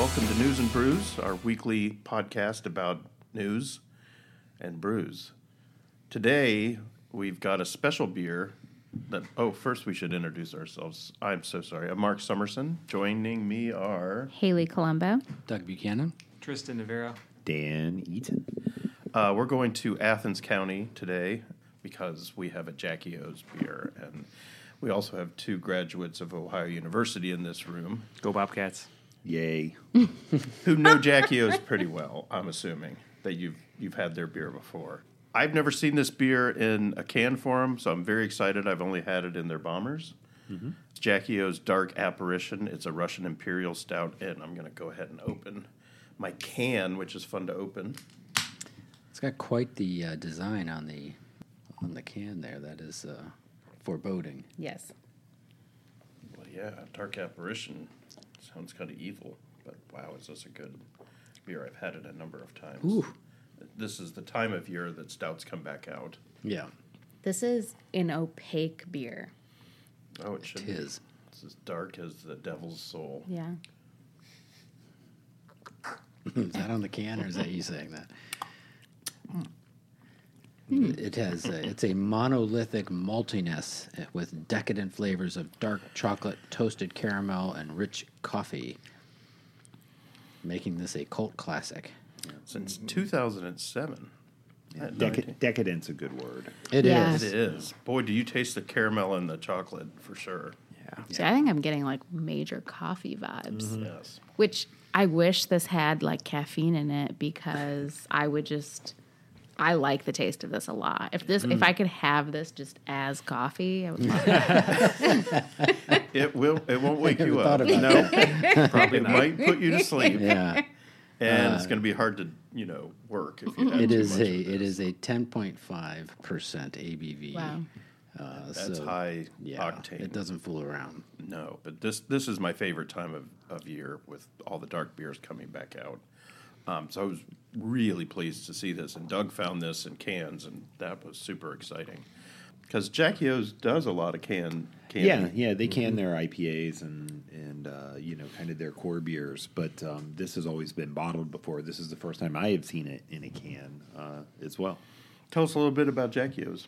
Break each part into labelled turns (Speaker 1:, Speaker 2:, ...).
Speaker 1: and Brews, our weekly podcast about news and brews. Today, we've got a special beer that, oh, first we should introduce ourselves. I'm so sorry. I'm Mark Summerson. Joining me are,
Speaker 2: Haley Colombo.
Speaker 3: Doug Buchanan.
Speaker 4: Tristan Navera.
Speaker 5: Dan Eaton.
Speaker 1: uh, we're going to Athens County today because we have a Jackie O's beer. And we also have two graduates of Ohio University in this room
Speaker 4: Go Bobcats.
Speaker 5: Yay.
Speaker 1: who know Jackie O's pretty well. I'm assuming that you've you've had their beer before. I've never seen this beer in a can form, so I'm very excited. I've only had it in their bombers.
Speaker 3: Mm-hmm.
Speaker 1: It's Jackie O's Dark Apparition. It's a Russian Imperial Stout, and I'm going to go ahead and open my can, which is fun to open.
Speaker 3: It's got quite the uh, design on the on the can there. That is uh, foreboding.
Speaker 2: Yes.
Speaker 1: Well, yeah, Dark Apparition sounds kind of evil, but wow, is this a good beer? I've had it a number of times.
Speaker 3: Ooh.
Speaker 1: This is the time of year that stouts come back out.
Speaker 3: Yeah,
Speaker 2: This is an opaque beer.
Speaker 1: Oh, it should
Speaker 3: it
Speaker 1: be.
Speaker 3: is.
Speaker 1: It's as dark as the devil's soul.
Speaker 2: Yeah.
Speaker 3: is that on the can, or is that you saying that?
Speaker 1: Hmm.
Speaker 3: It has. A, it's a monolithic maltiness eh, with decadent flavors of dark chocolate, toasted caramel, and rich coffee, making this a cult classic.
Speaker 1: Since 2007. I had no idea.
Speaker 5: Deca- decadence's a good word.
Speaker 3: It is.
Speaker 2: Yeah.
Speaker 1: it is. Boy, do you taste the caramel and the chocolate for sure.
Speaker 5: Yeah.
Speaker 2: See, I think I'm getting like major coffee vibes,
Speaker 1: Yes.
Speaker 2: which I wish this had like caffeine in it because I would just I like the taste of this a lot. If this if I could have this just as coffee, I would love it.
Speaker 1: It will. It won't wake
Speaker 3: Never
Speaker 1: you up.
Speaker 3: thought about
Speaker 1: No, probably might put you to sleep,
Speaker 3: Yeah. Uh,
Speaker 1: and it's going to be hard to you know work if you. Have
Speaker 3: It
Speaker 1: too
Speaker 3: is
Speaker 1: much
Speaker 3: a
Speaker 1: of
Speaker 3: it is a ten point five percent ABV.
Speaker 2: Wow.
Speaker 3: Uh,
Speaker 1: That's
Speaker 3: so,
Speaker 1: high
Speaker 3: yeah,
Speaker 1: octane.
Speaker 3: It doesn't fool around.
Speaker 1: No, but this this is my favorite time of, of year with all the dark beers coming back out. Um, so I was really pleased to see this, and Doug found this in cans, and that was super exciting because Jackie O's does a lot of can candy.
Speaker 5: Yeah, yeah, they can their IPAs and and uh, you know kind of their core beers, but um, this has always been bottled before. This is the first time I have seen it in a can uh, as well.
Speaker 1: Tell us a little bit about Jackie O's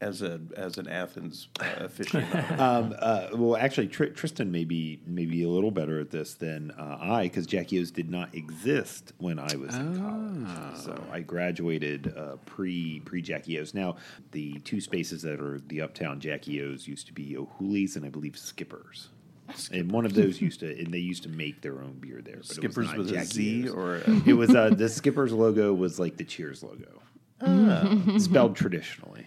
Speaker 1: as a as an Athens uh, aficionado.
Speaker 5: Uh, well, actually, Tr- Tristan may be maybe a little better at this than uh, I because Jackie O's did not exist when I was in
Speaker 1: Ah.
Speaker 5: college. So I graduated uh, pre pre Jackie O's. Now the two spaces that are the uptown Jackie O's used to be O'Hooley's and I believe Skippers. And one of those used to, and they used to make their own beer there. But it was
Speaker 1: Skippers
Speaker 5: not
Speaker 1: with a
Speaker 5: Jackie
Speaker 1: Z
Speaker 5: O's.
Speaker 1: or a,
Speaker 5: it was uh, the Skippers logo was like the Cheers logo, spelled traditionally.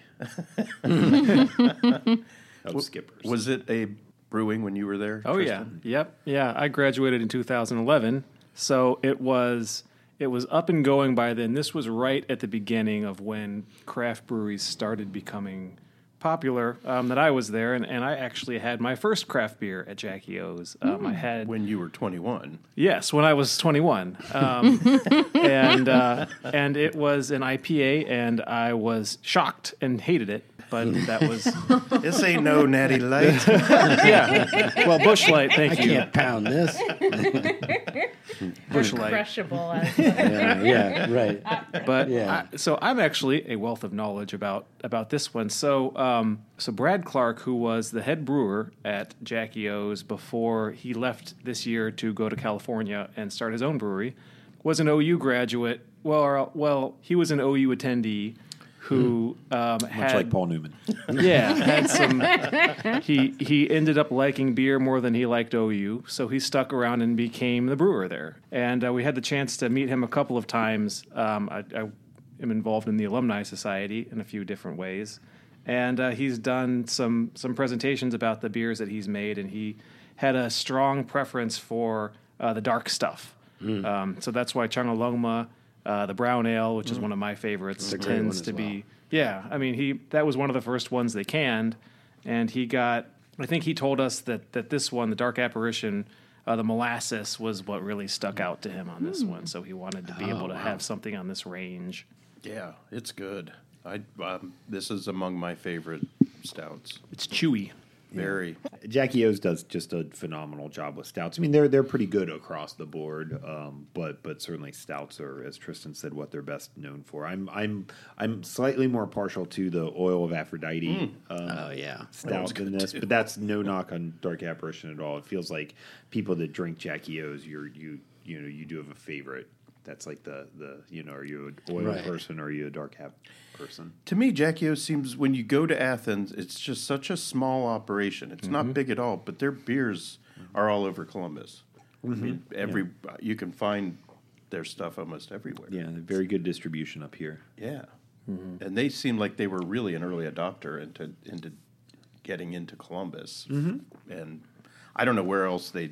Speaker 5: of Skippers.
Speaker 1: was it a brewing when you were there?
Speaker 4: Oh
Speaker 1: Tristan?
Speaker 4: yeah. Yep. Yeah. I graduated in 2011, so it was it was up and going by then. This was right at the beginning of when craft breweries started becoming popular. Um, that I was there, and, and I actually had my first craft beer at Jackie O's. Um, I had
Speaker 1: When you were twenty one.
Speaker 4: Yes, when I was 21, um, and uh, and it was an IPA, and I was shocked and hated it. But that was
Speaker 1: This ain't no natty light.
Speaker 4: yeah. Well, Bushlight,
Speaker 3: I
Speaker 4: thank you.
Speaker 3: can't pound this.
Speaker 4: Bushlight.
Speaker 2: crushable.
Speaker 3: yeah, yeah, right.
Speaker 4: But
Speaker 3: Yeah.
Speaker 4: I, so I'm actually a wealth of knowledge about about this one. So um, so Brad Clark, who was the head brewer at Jackie O's before he left this year to go to California and start his own brewery, was an OU graduate. Well, or, well, he was an OU attendee. Who um,
Speaker 5: Hmm. Much
Speaker 4: had
Speaker 5: like Paul Newman.
Speaker 4: Yeah, had some. he he ended up liking beer more than he liked OU, so he stuck around and became the brewer there. And uh, we had the chance to meet him a couple of times. Um, I, I am involved in the alumni society in a few different ways, and uh, he's done some some presentations about the beers that he's made, and he had a strong preference for uh, the dark stuff.
Speaker 3: Mm.
Speaker 4: Um, so that's why Changaloma, uh, the brown ale, which is one of my favorites,
Speaker 3: Mm. great one
Speaker 4: tends
Speaker 3: as
Speaker 4: to
Speaker 3: well.
Speaker 4: be yeah, I mean he that was one of the first ones they canned, and he got. I think he told us that that this one, the Dark Apparition, uh, the molasses was what really stuck out to him on this one. So he wanted to be able to have something on this range.
Speaker 1: Yeah, it's good. I um, this is among my favorite stouts.
Speaker 4: It's chewy.
Speaker 1: Very.
Speaker 5: Jackie O's does just a phenomenal job with stouts. I mean, they're they're pretty good across the board, um, but but certainly stouts are, as Tristan said, what they're best known for. I'm I'm I'm slightly more partial to the oil of Aphrodite um,
Speaker 3: Oh yeah.
Speaker 5: stout than this, but that's no knock on Dark Apparition at all. It feels like people that drink Jackie O's, you're you you know you do have a favorite. That's like the the you know, are you an oil
Speaker 3: Right.
Speaker 5: person or are you a dark app person?
Speaker 1: To me, Jackie O seems when you go to Athens, it's just such a small operation. It's not big at all, but their beers are all over Columbus. I mean, every you can find their stuff almost everywhere.
Speaker 5: Yeah, very good distribution up here.
Speaker 1: Yeah. And they seemed like they were really an early adopter into into getting into Columbus. And I don't know where else they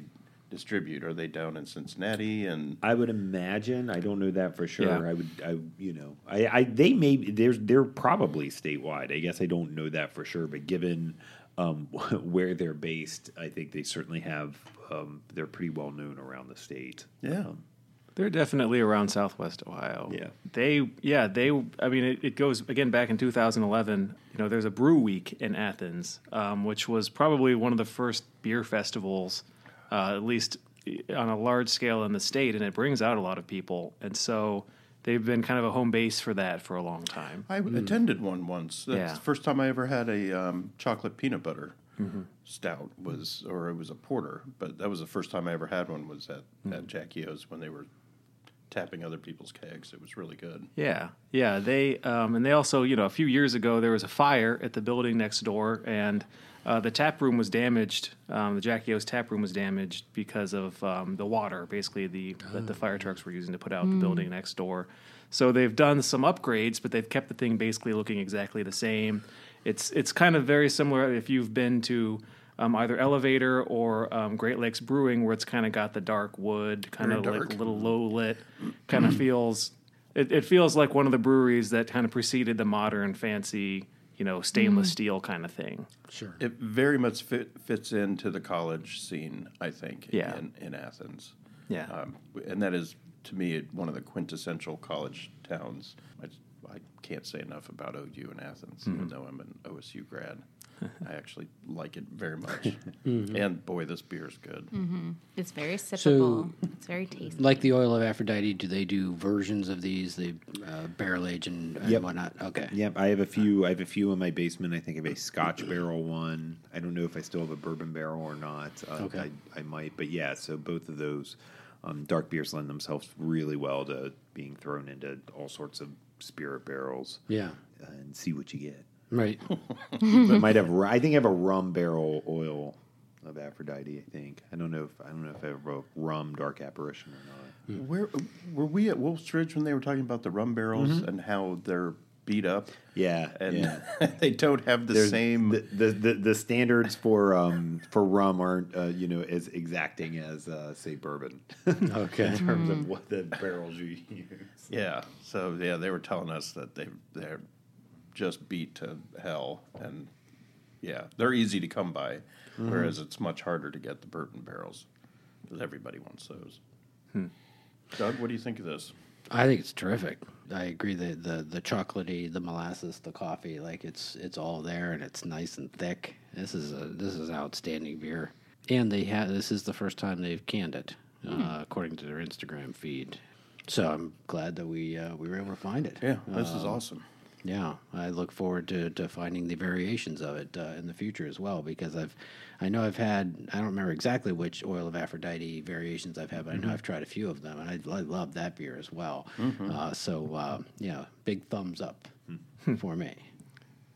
Speaker 1: distribute. Are they down in Cincinnati? And
Speaker 5: I would imagine. I don't know that for sure.
Speaker 4: Yeah.
Speaker 5: I would. I you know. I, I they may there's they're probably statewide. I guess I don't know that for sure. But given um, where they're based, I think they certainly have. Um, they're pretty well known around the state.
Speaker 1: yeah.
Speaker 4: They're definitely around Southwest Ohio.
Speaker 5: Yeah.
Speaker 4: They, yeah, they, I mean, it, it goes again back in 2011. You know, there's a brew week in Athens, um, which was probably one of the first beer festivals, uh, at least on a large scale in the state, and it brings out a lot of people. And so they've been kind of a home base for that for a long time.
Speaker 1: I attended one once. That's
Speaker 4: Mm. Yeah.
Speaker 1: the first time I ever had a um, chocolate peanut butter
Speaker 4: Mm-hmm.
Speaker 1: stout was, or it was a porter, but that was the first time I ever had one was at,
Speaker 4: Mm.
Speaker 1: at Jackie O's when they were tapping other people's kegs. It was really good.
Speaker 4: Yeah, yeah. They um, and they also, you know, a few years ago there was a fire at the building next door, and uh, the tap room was damaged. Um, the Jackie O's tap room was damaged because of um, the water, basically the that the fire trucks were using to put
Speaker 1: Hmm.
Speaker 4: out the building next door. So they've done some upgrades, but they've kept the thing basically looking exactly the same. It's it's kind of very similar if you've been to. Um, either elevator or um, Great Lakes Brewing, where it's kind of got the dark wood, kind of
Speaker 1: Very
Speaker 4: like
Speaker 1: dark.
Speaker 3: Mm-hmm.
Speaker 4: little low lit, kind of feels it, it feels like one of the breweries that kind of preceded the modern fancy, you know,
Speaker 3: Mm-hmm.
Speaker 4: stainless steel kind of thing.
Speaker 3: Sure.
Speaker 1: It very much fit, fits into the college scene, I think,
Speaker 4: Yeah.
Speaker 1: in, in Athens.
Speaker 4: Yeah.
Speaker 1: Um, and that is, to me, one of the quintessential college towns. I, just- I can't say enough about OU and Athens,
Speaker 5: Mm-hmm.
Speaker 1: even though I'm an OSU grad. I actually like it very much.
Speaker 5: Mm-hmm.
Speaker 1: And boy, this beer is good.
Speaker 2: It's very sippable.
Speaker 3: So-
Speaker 2: it's very tasty.
Speaker 3: Like the oil of Aphrodite, do they do versions of these? They uh, barrel age and, and
Speaker 5: Yep.
Speaker 3: whatnot. Okay.
Speaker 5: Yep, I have
Speaker 3: Uh,
Speaker 5: a few. I have a few in my basement. I think I have a Scotch barrel one. I don't know if I still have a bourbon barrel or not. Uh,
Speaker 3: Okay.
Speaker 5: I, I might, but yeah. So both of those um, dark beers lend themselves really well to being thrown into all sorts of spirit barrels
Speaker 3: Yeah.
Speaker 5: uh, and see what you get.
Speaker 3: Right.
Speaker 5: But I might have. ru- I think I have a rum barrel oil of Aphrodite. I think. I don't know if I don't know if I have a rum dark apparition or not.
Speaker 3: Mm.
Speaker 1: Where Were we at Wolf's Ridge when they were talking about the rum barrels and how they're beat up?
Speaker 5: Yeah,
Speaker 1: And
Speaker 5: Mm-hmm. yeah.
Speaker 1: they don't have the
Speaker 5: There's-
Speaker 1: same.
Speaker 5: the, the, the the standards for um for rum aren't uh, you know as exacting as uh, say bourbon in
Speaker 3: Okay.
Speaker 5: terms
Speaker 1: Mm.
Speaker 5: of what the barrels you use.
Speaker 1: Yeah. So yeah, they were telling us that they they're just beat to hell, and yeah, they're easy to come by, whereas it's much harder to get the Burton barrels because everybody wants those. Doug, what do you think of this?
Speaker 3: I think it's terrific. I agree that the the chocolatey, the molasses, the coffee, like it's it's all there and it's nice and thick. This is a this is outstanding beer. And they have this is the first time they've canned it, uh, according to their Instagram feed. So I'm glad that we uh, we were able to find it.
Speaker 1: Yeah, Um, this is awesome.
Speaker 3: Yeah, I look forward to, to finding the variations of it uh, in the future as well because I've, I know I've had I don't remember exactly which oil of Aphrodite variations I've had, but
Speaker 1: Mm-hmm.
Speaker 3: I know I've tried a few of them and I, I love that beer as well. Uh, so uh, yeah, big thumbs up
Speaker 1: Hmm.
Speaker 3: for me.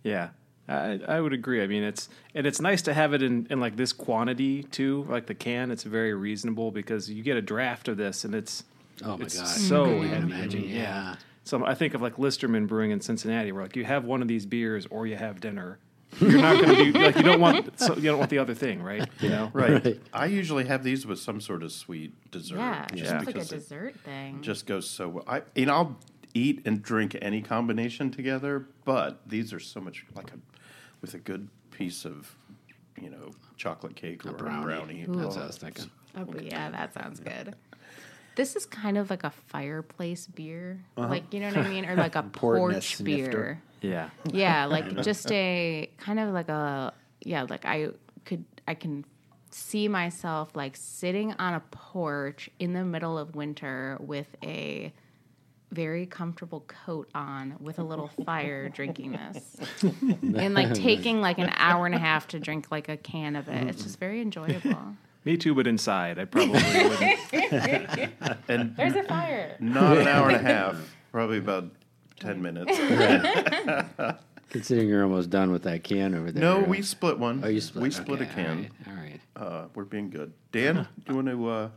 Speaker 4: Yeah, I, I would agree. I mean, it's and it's nice to have it in, in like this quantity too, like the can. It's very reasonable because you get a draft of this and it's
Speaker 3: Oh my
Speaker 4: it's
Speaker 3: God.
Speaker 4: so
Speaker 3: I can't
Speaker 4: heavy.
Speaker 3: imagine,
Speaker 4: Yeah.
Speaker 3: yeah.
Speaker 4: So I think of like Listerman Brewing in Cincinnati, where like you have one of these beers or you have dinner. You're not going to be like you don't want so you don't want the other thing, right? You know,
Speaker 1: Right. I usually have these with some sort of sweet dessert.
Speaker 2: yeah,
Speaker 1: just
Speaker 2: it's like a
Speaker 1: because it
Speaker 2: dessert thing.
Speaker 1: just goes so well. I and I'll eat and drink any combination together, but these are so much like a with a good piece of you know chocolate cake or a brownie.
Speaker 3: That's
Speaker 1: Oh,
Speaker 3: what I was thinking.
Speaker 2: Oh, yeah, that sounds good. This is kind of like a fireplace beer, like you know what I mean, or like a
Speaker 5: Poured in a
Speaker 2: porch
Speaker 5: snifter.
Speaker 2: beer.
Speaker 4: Yeah.
Speaker 2: Yeah, like just a kind of like a yeah, like I could I can see myself like sitting on a porch in the middle of winter with a very comfortable coat on with a little fire drinking this and like taking like an hour and a half to drink like a can of it it's just very enjoyable
Speaker 4: Me too, but inside. I probably wouldn't.
Speaker 1: And
Speaker 2: there's a fire
Speaker 1: not an hour and a half, probably about 10 minutes.
Speaker 3: Considering you're almost done with that can over there.
Speaker 1: No,
Speaker 3: uh,
Speaker 1: we split one.
Speaker 3: Oh, you split.
Speaker 1: We split
Speaker 3: okay,
Speaker 1: a can.
Speaker 3: All right. all right. Uh-huh.
Speaker 1: Uh, we're being good. Dan, do you want to uh,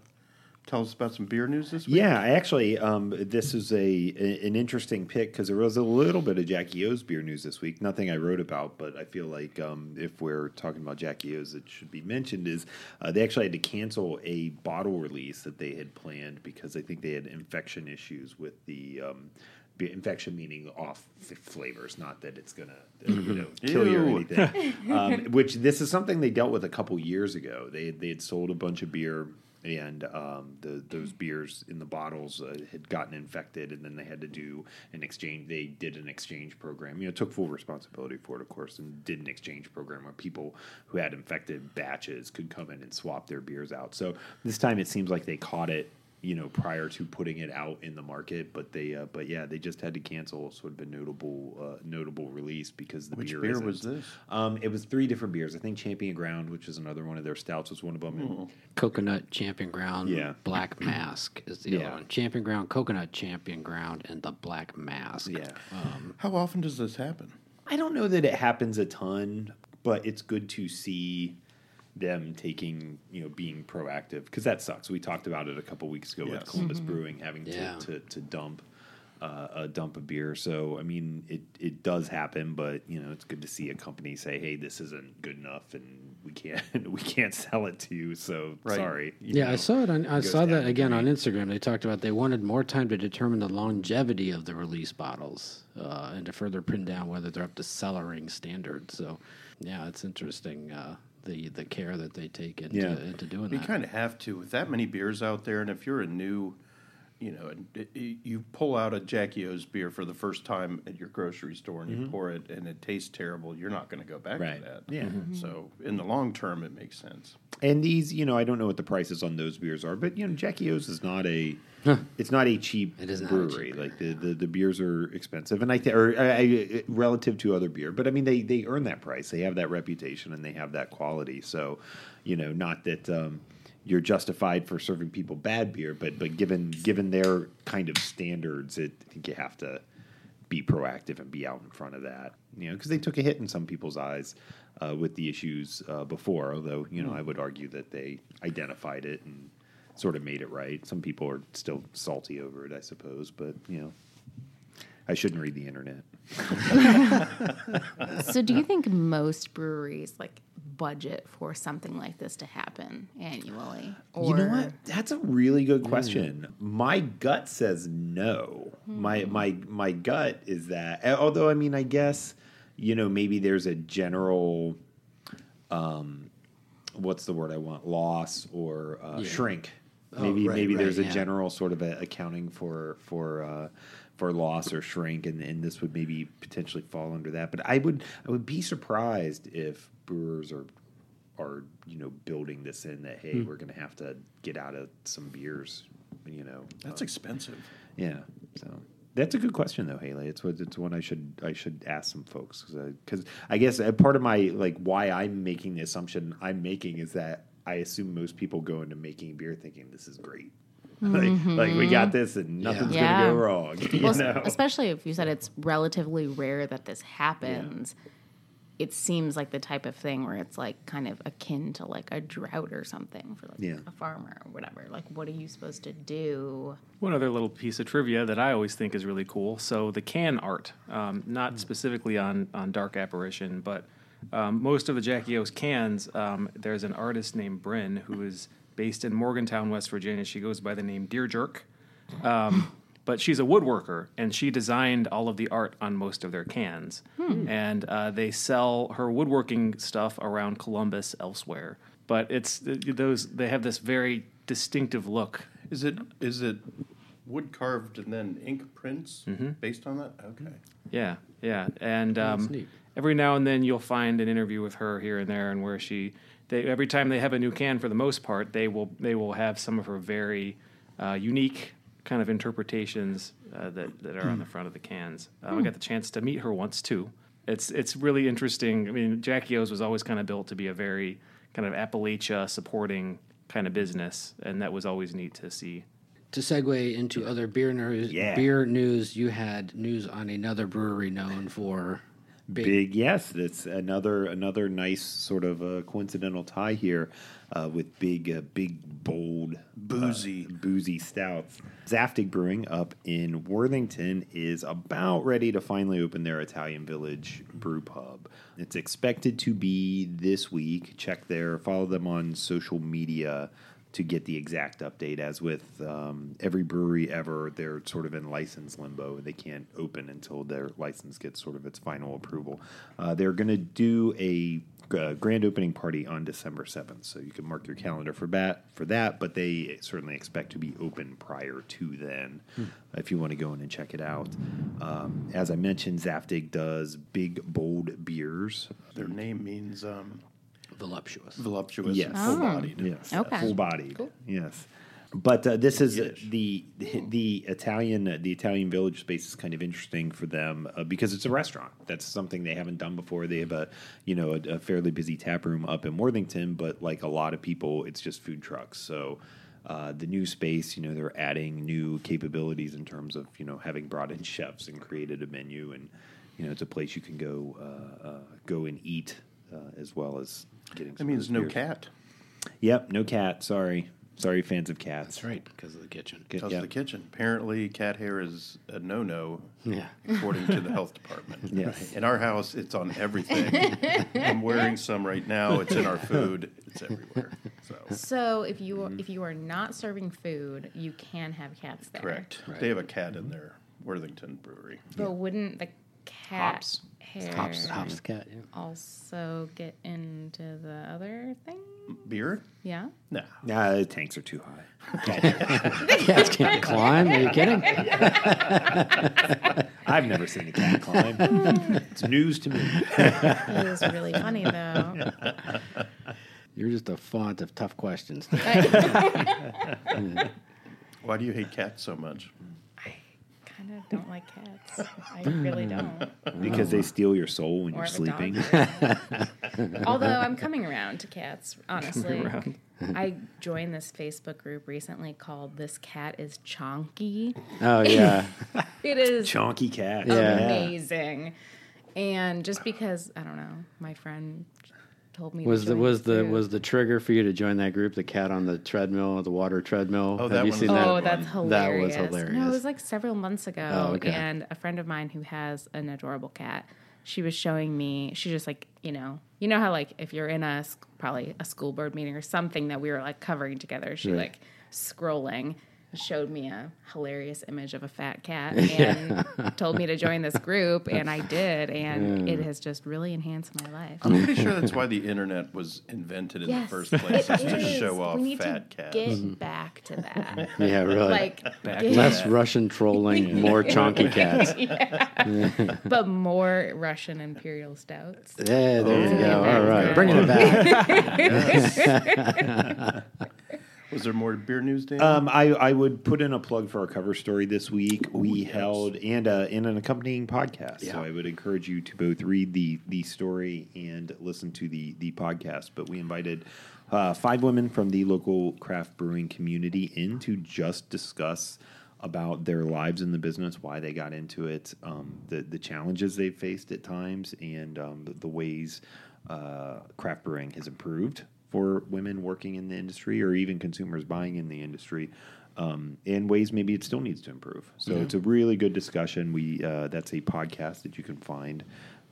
Speaker 1: tell us about some beer news this week?
Speaker 5: Yeah, I actually, um, this is a, a- an interesting pick because there was a little bit of Jackie O's beer news this week. Nothing I wrote about, but I feel like um, if we're talking about Jackie O's, it should be mentioned is uh, they actually had to cancel a bottle release that they had planned because I think they had infection issues with the. Um, be- Infection meaning off f- flavors, not that it's gonna uh, you know, kill you or
Speaker 1: Ew.
Speaker 5: anything anything. um, which this is something they dealt with a couple years ago. They they had sold a bunch of beer, and um, the, those beers in the bottles uh, had gotten infected, and then they had to do an exchange. They did an exchange program. You know, took full responsibility for it, of course, and did an exchange program where people who had infected batches could come in and swap their beers out. So this time it seems like they caught it. You know, prior to putting it out in the market, but they, uh, but yeah, they just had to cancel sort of a notable, uh, notable release because the
Speaker 1: Which
Speaker 5: beer,
Speaker 1: beer
Speaker 5: isn't-
Speaker 1: was this?
Speaker 5: um, it was three different beers. I think Champion Ground, which is another one of their stouts, was one of them. And
Speaker 1: Hmm.
Speaker 3: Coconut Champion Ground,
Speaker 5: Yeah.
Speaker 3: Black Mask is the
Speaker 5: Yeah.
Speaker 3: other one. Champion Ground, Coconut Champion Ground, and the Black Mask.
Speaker 5: Yeah.
Speaker 1: How often does this happen?
Speaker 5: I don't know that it happens a ton, but it's good to see them taking, you know, being proactive because that sucks. We talked about it a couple weeks ago with
Speaker 1: Yes. Mm-hmm.
Speaker 5: Columbus Brewing having
Speaker 3: Yeah.
Speaker 5: to, to, to dump uh, a dump of beer. So, I mean, it, it does happen, but, you know, it's good to see a company say, hey, this isn't good enough and we can't, we can't sell it to you. So,
Speaker 1: Right.
Speaker 5: sorry. you
Speaker 3: Yeah, I
Speaker 5: know.
Speaker 3: saw it. On, I
Speaker 5: goes
Speaker 3: saw
Speaker 5: down
Speaker 3: that
Speaker 5: the
Speaker 3: again on Instagram. They talked about they wanted more time to determine the longevity of the release bottles uh, and to further pin down whether they're up to cellaring standards. So, yeah, it's interesting uh, the the care that they take into,
Speaker 5: Yeah.
Speaker 3: into doing
Speaker 1: You
Speaker 5: Uh,
Speaker 3: that.
Speaker 1: kind of have to with that many beers out there, and if you're a new, you know, and it- it- you pull out a Jackie O's beer for the first time at your grocery store and you pour it, and it tastes terrible. You're not going to go back
Speaker 5: Mm-hmm. Right.
Speaker 1: to that.
Speaker 5: Yeah. Mhm.
Speaker 1: So in the long term, it makes sense.
Speaker 5: And these, you know, I don't know what the prices on those beers are, but you know, Jackie O's is not a, it's not a cheap
Speaker 3: It is not a cheap
Speaker 5: brewery.
Speaker 3: beer,
Speaker 5: like the, the the beers are expensive, and I think, or I, I, relative to other beer, but I mean, they they earn that price. They have that reputation and they have that quality. So, you know, not that um, you're justified for serving people bad beer, but but given given their kind of standards, it, I think you have to be proactive and be out in front of that. You know, because they took a hit in some people's eyes uh, with the issues uh, before. Although, you know, I would argue that they identified it and sort of made it right. Some people are still salty over it, I suppose. But you know, I shouldn't read the internet.
Speaker 2: so do you think most breweries like budget for something like this to happen annually or
Speaker 5: you know what? That's a really good question. My gut says no. My
Speaker 3: Hmm.
Speaker 5: my my gut is that. a- Although I mean, I guess you know maybe there's a general, um, what's the word I want? Loss or uh, shrink. Maybe
Speaker 3: Oh, right,
Speaker 5: maybe
Speaker 3: right,
Speaker 5: there's a
Speaker 3: yeah.
Speaker 5: general sort of a accounting for for uh, for loss or shrink, and, and this would maybe potentially fall under that. But I would I would be surprised if brewers are are you know building this in that hey we're gonna have to get out of some beers you know
Speaker 1: That's
Speaker 5: Uh,
Speaker 1: expensive.
Speaker 5: yeah so that's a good question though Haley it's what it's one I should I should ask some folks because I, guess uh part of my like why I'm making the assumption I'm making is that I assume most people go into making beer thinking this is great like like we got this and nothing's
Speaker 2: Yeah.
Speaker 5: gonna go wrong you
Speaker 2: Well,
Speaker 5: know?
Speaker 2: especially if you said it's relatively rare that this happens it seems like the type of thing where it's like kind of akin to like a drought or something for like
Speaker 5: Yeah.
Speaker 2: a farmer or whatever like what are you supposed to do
Speaker 4: One other little piece of trivia that I always think is really cool. So the can art, um, not specifically on on Dark Apparition, but um, most of the Jackie O's cans. Um, there's an artist named Bryn who is based in Morgantown, West Virginia. She goes by the name Deer Jerk, um, but she's a woodworker and she designed all of the art on most of their cans. And uh, they sell her woodworking stuff around Columbus elsewhere. But it's uh, those they have this very distinctive look
Speaker 1: Is it is it wood carved and then ink prints
Speaker 5: Mm-hmm.
Speaker 1: based on that? Okay.
Speaker 4: Yeah, yeah, and
Speaker 3: that's
Speaker 4: um,
Speaker 3: neat.
Speaker 4: every now and then you'll find an interview with her here and there, and where she they every time they have a new can, for the most part, they will they will have some of her very uh, unique kind of interpretations uh, that that are on the front of the cans. Um, I got the chance to meet her once too. It's it's really interesting. I mean, Jackie O's was always kind of built to be a very kind of Appalachia supporting kind of business, and that was always neat to see.
Speaker 3: To segue into other beer news,
Speaker 5: Yeah.
Speaker 3: beer news, you had news on another brewery known for big,
Speaker 5: Big yes, that's another another nice sort of uh, coincidental tie here uh, with big uh, big bold uh,
Speaker 1: Boozy.
Speaker 5: boozy stouts. Zaftig Brewing up in Worthington is about ready to finally open their Italian Village brew pub. It's expected to be this week. Check their follow them on social media to get the exact update. As with um, every brewery ever, they're sort of in license limbo. They can't open until their license gets sort of its final approval. Uh, they're going to do a uh, grand opening party on December seventh, so you can mark your calendar for that. For that, but they certainly expect to be open prior to then. If you want to go in and check it out, um, as I mentioned, Zaftig does big bold beers.
Speaker 1: Their name means um,
Speaker 3: voluptuous.
Speaker 1: voluptuous,
Speaker 5: Yes.
Speaker 1: and full-bodied.
Speaker 5: Yes.
Speaker 2: Okay.
Speaker 5: Full bodied. Yes. But uh, this is the the Italian the Italian village space is kind of interesting for them uh, because it's a restaurant. That's something they haven't done before. They have a you know a, a fairly busy tap room up in Worthington, but like a lot of people, it's just food trucks. So uh, the new space, you know, they're adding new capabilities in terms of you know having brought in chefs and created a menu, and you know it's a place you can go uh, uh, go and eat uh, as well as getting.
Speaker 1: That
Speaker 5: some
Speaker 1: means
Speaker 5: of
Speaker 1: no
Speaker 5: those beers.
Speaker 1: cat.
Speaker 5: Yep, no cat. Sorry, sorry, fans of cats.
Speaker 3: That's right, because of the kitchen.
Speaker 5: Good,
Speaker 1: How's
Speaker 5: yeah.
Speaker 1: the kitchen? Apparently, cat hair is a no-no,
Speaker 3: Yeah.
Speaker 1: according to the health department.
Speaker 5: Yes.
Speaker 1: In our house, it's on everything. I'm wearing some right now. It's in our food. It's everywhere. So
Speaker 2: So if you
Speaker 5: Mm-hmm.
Speaker 2: if you are not serving food, you can have cats there.
Speaker 1: correct. They have a cat in their Worthington brewery.
Speaker 2: But wouldn't the cat
Speaker 5: Hops.
Speaker 2: hair
Speaker 3: Hops, hops, cat. Yeah.
Speaker 2: also get into the other thing?
Speaker 1: Beer?
Speaker 2: Yeah.
Speaker 1: Nah.
Speaker 5: Nah, the tanks are too high.
Speaker 3: Cats can't climb. Are you kidding?
Speaker 5: I've never seen a cat climb. it's news to me.
Speaker 2: It was really funny though.
Speaker 3: You're just a font of tough questions.
Speaker 1: Why do you hate cats so much?
Speaker 2: I kind of don't like cats. I really don't.
Speaker 5: Because they steal your soul when
Speaker 2: Or
Speaker 5: you're
Speaker 2: have a dog
Speaker 5: sleeping.
Speaker 2: or something. Although I'm coming around to cats, honestly.
Speaker 4: around.
Speaker 2: I joined this Facebook group recently called "This Cat Is Chonky."
Speaker 3: Oh yeah,
Speaker 2: It is
Speaker 5: Chonky cat.
Speaker 2: amazing. And just because I don't know, my friend told me to
Speaker 3: was the
Speaker 2: join
Speaker 3: was the
Speaker 2: group.
Speaker 3: was the trigger for you to join that group? The cat on the treadmill, the water treadmill.
Speaker 1: Oh,
Speaker 3: Have
Speaker 1: that
Speaker 3: you
Speaker 1: one
Speaker 3: seen
Speaker 1: was
Speaker 3: that?
Speaker 2: oh, that's
Speaker 3: That
Speaker 2: hilarious.
Speaker 3: was
Speaker 2: No, it
Speaker 3: hilarious.
Speaker 2: was like several months ago,
Speaker 3: Oh, okay.
Speaker 2: and a friend of mine who has an adorable cat. She was showing me. She just like you know, you know how like if you're in a sc- probably a school board meeting or something that we were like covering together. She
Speaker 3: Right.
Speaker 2: like scrolling showed me a hilarious image of a fat cat and told me to join this group and I did and it has just really enhanced my life.
Speaker 1: I'm pretty sure that's why the internet was invented in the first place, is to show off
Speaker 2: we need
Speaker 1: fat
Speaker 2: to
Speaker 1: cats.
Speaker 2: Get back to that.
Speaker 3: yeah, really.
Speaker 2: Like get-
Speaker 3: Less Russian trolling, more chonky cats.
Speaker 2: but more Russian imperial stouts.
Speaker 3: Yeah, there you go.
Speaker 2: Yeah.
Speaker 3: All right, bringing it back.
Speaker 1: Was there more beer news, Dan?
Speaker 5: Um, I, I would put in a plug for our cover story this week. we held and uh, in an accompanying podcast, so I would encourage you to both read the the story and listen to the the podcast. But we invited uh, five women from the local craft brewing community in to just discuss about their lives in the business, why they got into it, um, the the challenges they faced at times, and um, the, the ways uh, craft brewing has improved for women working in the industry or even consumers buying in the industry um, in ways maybe it still needs to improve. So it's a really good discussion. We uh, that's a podcast that you can find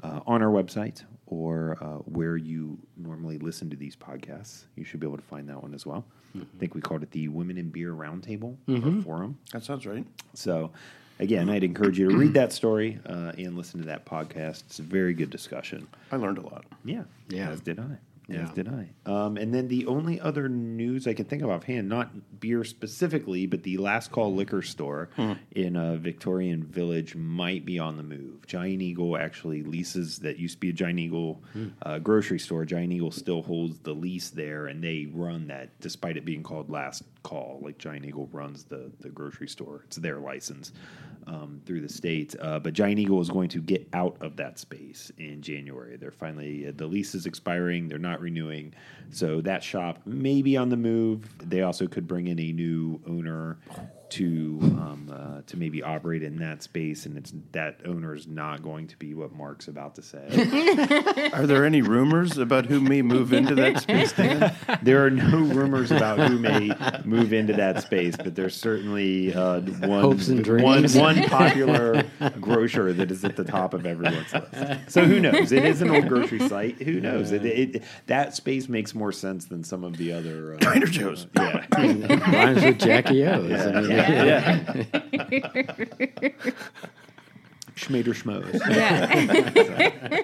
Speaker 5: uh, on our website or uh, where you normally listen to these podcasts. You should be able to find that one as well. I think we called it the Women in Beer Roundtable or Forum.
Speaker 1: that sounds right.
Speaker 5: So, again, I'd encourage you to read that story uh, and listen to that podcast. It's a very good discussion.
Speaker 1: I learned a lot.
Speaker 5: Yeah,
Speaker 3: Yeah.
Speaker 5: As did I. As did I. Um, and then the only other news I can think of offhand, not beer specifically, but the Last Call Liquor Store in a Victorian village might be on the move. Giant Eagle actually leases that used to be a Giant Eagle uh, grocery store. Giant Eagle still holds the lease there, and they run that despite it being called Last Call. Like Giant Eagle runs the the grocery store; it's their license um, through the state. Uh, but Giant Eagle is going to get out of that space in January. They're finally uh, the lease is expiring; they're not renewing, so that shop may be on the move. They also could bring in a new owner to um, uh, to maybe operate in that space, and it's that owner is not going to be what Mark's about to say.
Speaker 1: Are there any rumors about who may move into that space?
Speaker 5: there are no rumors about who may move into that space, but there's certainly uh, one
Speaker 3: Hopes and
Speaker 5: one
Speaker 3: dreams.
Speaker 5: one popular grocer that is at the top of everyone's list. So who knows? It is an old grocery site. Who knows? It, it, that space makes more sense than some of the other. Uh,
Speaker 1: Trader Joe's.
Speaker 5: yeah.
Speaker 3: Rhymes with Jackie O's. I mean,
Speaker 4: Yeah.
Speaker 5: Schmader schmoes.
Speaker 2: Yeah.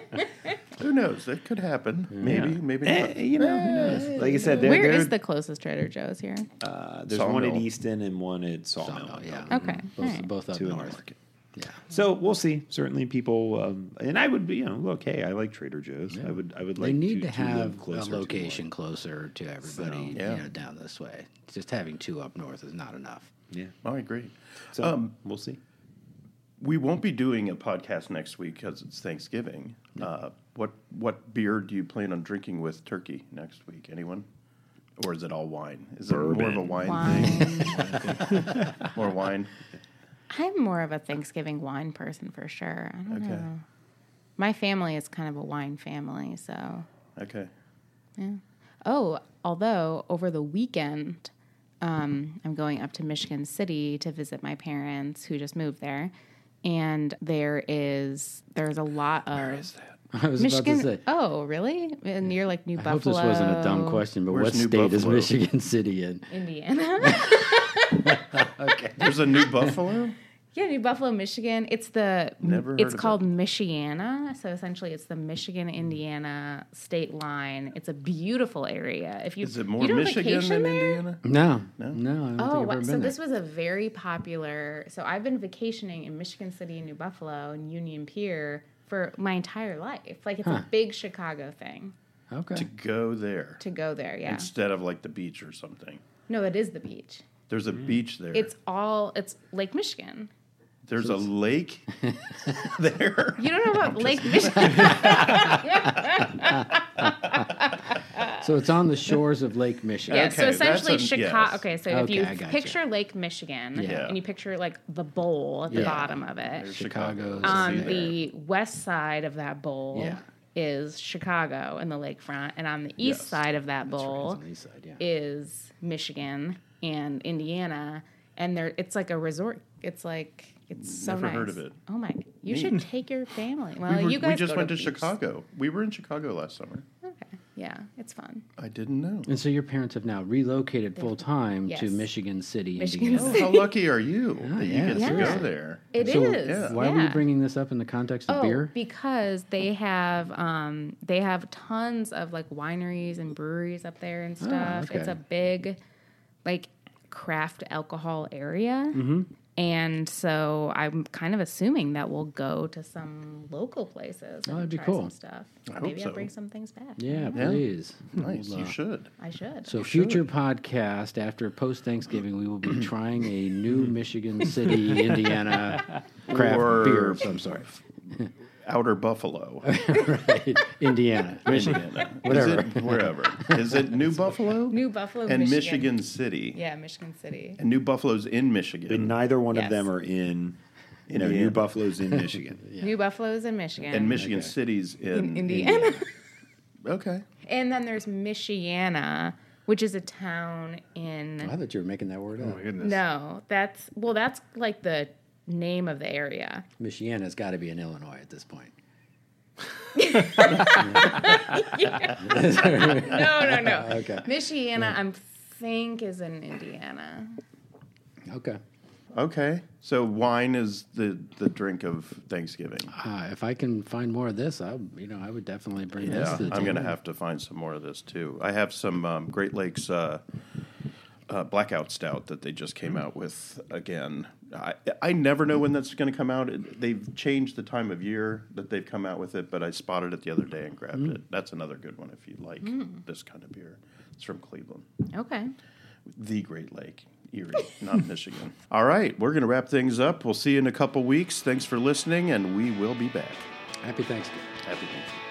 Speaker 1: Who knows? That could happen. Maybe, maybe
Speaker 5: Eh,
Speaker 1: not.
Speaker 5: you know, who knows? Like I said, there,
Speaker 2: Where
Speaker 5: there-
Speaker 2: is the closest Trader Joe's here?
Speaker 5: uh, there's one at
Speaker 1: Sawmill?
Speaker 5: Easton and one at Sawmill.
Speaker 3: Sawmill, yeah.
Speaker 2: Okay,
Speaker 3: Both,
Speaker 2: alright.
Speaker 3: both up
Speaker 5: Oh, Two in the
Speaker 3: north.
Speaker 5: market.
Speaker 3: Yeah.
Speaker 5: So we'll see. Certainly, people um, and I would be, you know, look, hey, I like Trader Joe's. I would, I would
Speaker 3: They
Speaker 5: like.
Speaker 3: need to,
Speaker 5: live
Speaker 3: have a
Speaker 5: closer to
Speaker 3: location closer to everybody
Speaker 1: yeah.
Speaker 3: you know, down this way. Just having two up north is not enough.
Speaker 5: one. Yeah.
Speaker 1: Oh, I agree.
Speaker 5: So we'll see.
Speaker 1: We won't be doing a podcast next week because it's Thanksgiving. Uh, what what beer do you plan on drinking with turkey next week? Anyone? Or is it all wine? Is it more of a
Speaker 5: Bourbon.
Speaker 1: wine, thing?
Speaker 2: Wine.
Speaker 1: More wine?
Speaker 2: I'm more of a Thanksgiving wine person for sure. I don't
Speaker 1: Okay.
Speaker 2: know. My family is kind of a wine family, so
Speaker 1: Okay.
Speaker 2: Oh, although over the weekend, um, I'm going up to Michigan City to visit my parents who just moved there, and there is there's a lot of
Speaker 3: I was
Speaker 2: Michigan.
Speaker 3: about to say.
Speaker 2: Oh, really? And you're like New
Speaker 3: I hope
Speaker 2: Buffalo.
Speaker 3: this wasn't a dumb question, but
Speaker 1: Where's
Speaker 3: what
Speaker 1: New
Speaker 3: state is
Speaker 1: Buffalo?
Speaker 3: Michigan City in?
Speaker 2: Indiana.
Speaker 1: There's a new Buffalo?
Speaker 2: yeah, New Buffalo, Michigan. It's the
Speaker 1: Never heard
Speaker 2: it's
Speaker 1: of
Speaker 2: called
Speaker 1: it.
Speaker 2: Michiana. So essentially it's the Michigan Indiana state line. It's a beautiful area. If you
Speaker 1: Is it more
Speaker 2: you don't
Speaker 1: Michigan than
Speaker 2: vacation there?
Speaker 1: Indiana?
Speaker 3: No, no, I don't
Speaker 2: Oh,
Speaker 3: think I've
Speaker 2: wow.
Speaker 3: ever
Speaker 2: so
Speaker 3: been
Speaker 2: this
Speaker 3: there.
Speaker 2: was a very popular. So I've been vacationing in Michigan City and New Buffalo and Union Pier for my entire life. Like it's a big Chicago thing
Speaker 3: Okay,
Speaker 1: To go there
Speaker 2: to go there. Yeah.
Speaker 1: instead of like the beach or something.
Speaker 2: no, it is the beach.
Speaker 1: There's a beach there.
Speaker 2: It's all. It's Lake Michigan.
Speaker 1: There's a lake there.
Speaker 2: You don't know about Lake Michigan.
Speaker 3: so it's on the shores of Lake Michigan.
Speaker 2: yeah. so
Speaker 1: Okay, that's
Speaker 2: essentially,
Speaker 1: a-
Speaker 2: Chicago.
Speaker 1: yes.
Speaker 2: Okay. So if
Speaker 3: Okay,
Speaker 2: you
Speaker 3: I gotcha.
Speaker 2: picture Lake Michigan
Speaker 1: Yeah.
Speaker 2: and you picture like the bowl at the
Speaker 3: Yeah.
Speaker 2: bottom of it,
Speaker 3: Chicago's
Speaker 2: on
Speaker 1: See there.
Speaker 2: the west side of that bowl
Speaker 3: Yeah.
Speaker 2: is Chicago and the lakefront, and on the east
Speaker 1: Yes.
Speaker 2: side of that
Speaker 3: It's
Speaker 2: bowl
Speaker 3: on the east side, yeah.
Speaker 2: is Michigan and Indiana, and there it's like a resort. It's like it's so
Speaker 1: Mm, Never
Speaker 2: nice.
Speaker 1: heard of it.
Speaker 2: Oh my! You should take your family. Well,
Speaker 1: we, were-
Speaker 2: you
Speaker 1: we
Speaker 2: guys
Speaker 1: just
Speaker 2: go
Speaker 1: went to,
Speaker 2: beach.
Speaker 1: Chicago. We were in Chicago last summer.
Speaker 2: Okay, yeah, it's fun.
Speaker 1: I didn't know.
Speaker 3: and so your parents have now relocated full time
Speaker 2: Yes.
Speaker 3: to Michigan City,
Speaker 2: Michigan
Speaker 3: Indiana.
Speaker 1: Oh, how lucky are you that
Speaker 3: Oh, yeah,
Speaker 1: you get to
Speaker 2: yeah.
Speaker 1: go there?
Speaker 2: It is.
Speaker 3: So
Speaker 1: yeah.
Speaker 3: Why were you
Speaker 2: yeah.
Speaker 3: bringing this up in the context of
Speaker 2: Oh,
Speaker 3: beer?
Speaker 2: because they have um, they have tons of like wineries and breweries up there and stuff. It's
Speaker 3: Oh, okay.
Speaker 2: a big like craft alcohol area.
Speaker 3: Mm-hmm.
Speaker 2: And so I'm kind of assuming that we'll go to some local places and
Speaker 3: Oh, that'd be
Speaker 2: try
Speaker 3: cool.
Speaker 2: some stuff.
Speaker 1: hope
Speaker 2: Maybe I'll
Speaker 1: so.
Speaker 2: bring some things back.
Speaker 3: Yeah, please.
Speaker 1: Nice.
Speaker 3: We'll,
Speaker 1: You
Speaker 3: uh,
Speaker 1: should.
Speaker 2: I should.
Speaker 3: So future podcast after post Thanksgiving, we will be trying a new Michigan City, Indiana craft
Speaker 1: Or-
Speaker 3: beer of some sort.
Speaker 1: Outer Buffalo,
Speaker 3: Indiana, Michigan.
Speaker 1: Indiana.
Speaker 3: Whatever.
Speaker 1: Is it, wherever. Is it New Buffalo?
Speaker 2: New Buffalo
Speaker 1: and Michigan,
Speaker 2: Michigan.
Speaker 1: City.
Speaker 2: Yeah, Michigan City.
Speaker 1: And New Buffalo's in Michigan.
Speaker 5: But neither one
Speaker 2: Yes.
Speaker 5: of them are in. You know, New
Speaker 1: Indiana.
Speaker 5: Buffalo's in Michigan.
Speaker 2: New Buffalo's in Michigan.
Speaker 1: and Michigan City's
Speaker 2: in
Speaker 1: in,
Speaker 2: Indiana.
Speaker 1: Okay.
Speaker 2: And then there's Michiana, which is a town in.
Speaker 3: I thought you were making that word up.
Speaker 4: Goodness.
Speaker 2: No, that's well, that's like the name of the area.
Speaker 3: Michiana's got to be in Illinois at this point.
Speaker 2: No, no, no.
Speaker 3: Okay.
Speaker 2: Michiana, I'm think is in Indiana.
Speaker 3: Okay.
Speaker 1: Okay. So wine is the, the drink of Thanksgiving.
Speaker 3: Uh, if I can find more of this, I you know I would definitely bring this.
Speaker 1: Yeah,
Speaker 3: to the
Speaker 1: I'm going to
Speaker 3: table.
Speaker 1: have to find some more of this too. I have some um, Great Lakes uh, uh, Blackout Stout that they just came out with again. I, I never know when that's going to come out. It- They've changed the time of year that they've come out with it, but I spotted it the other day and grabbed it. That's another good one if you like this kind of beer. It's from Cleveland,
Speaker 2: Okay.
Speaker 1: the Great Lake. Erie, not Michigan. All right, we're going to wrap things up. We'll see you in a couple weeks. Thanks for listening, and we will be back.
Speaker 3: Happy Thanksgiving.
Speaker 1: Happy Thanksgiving.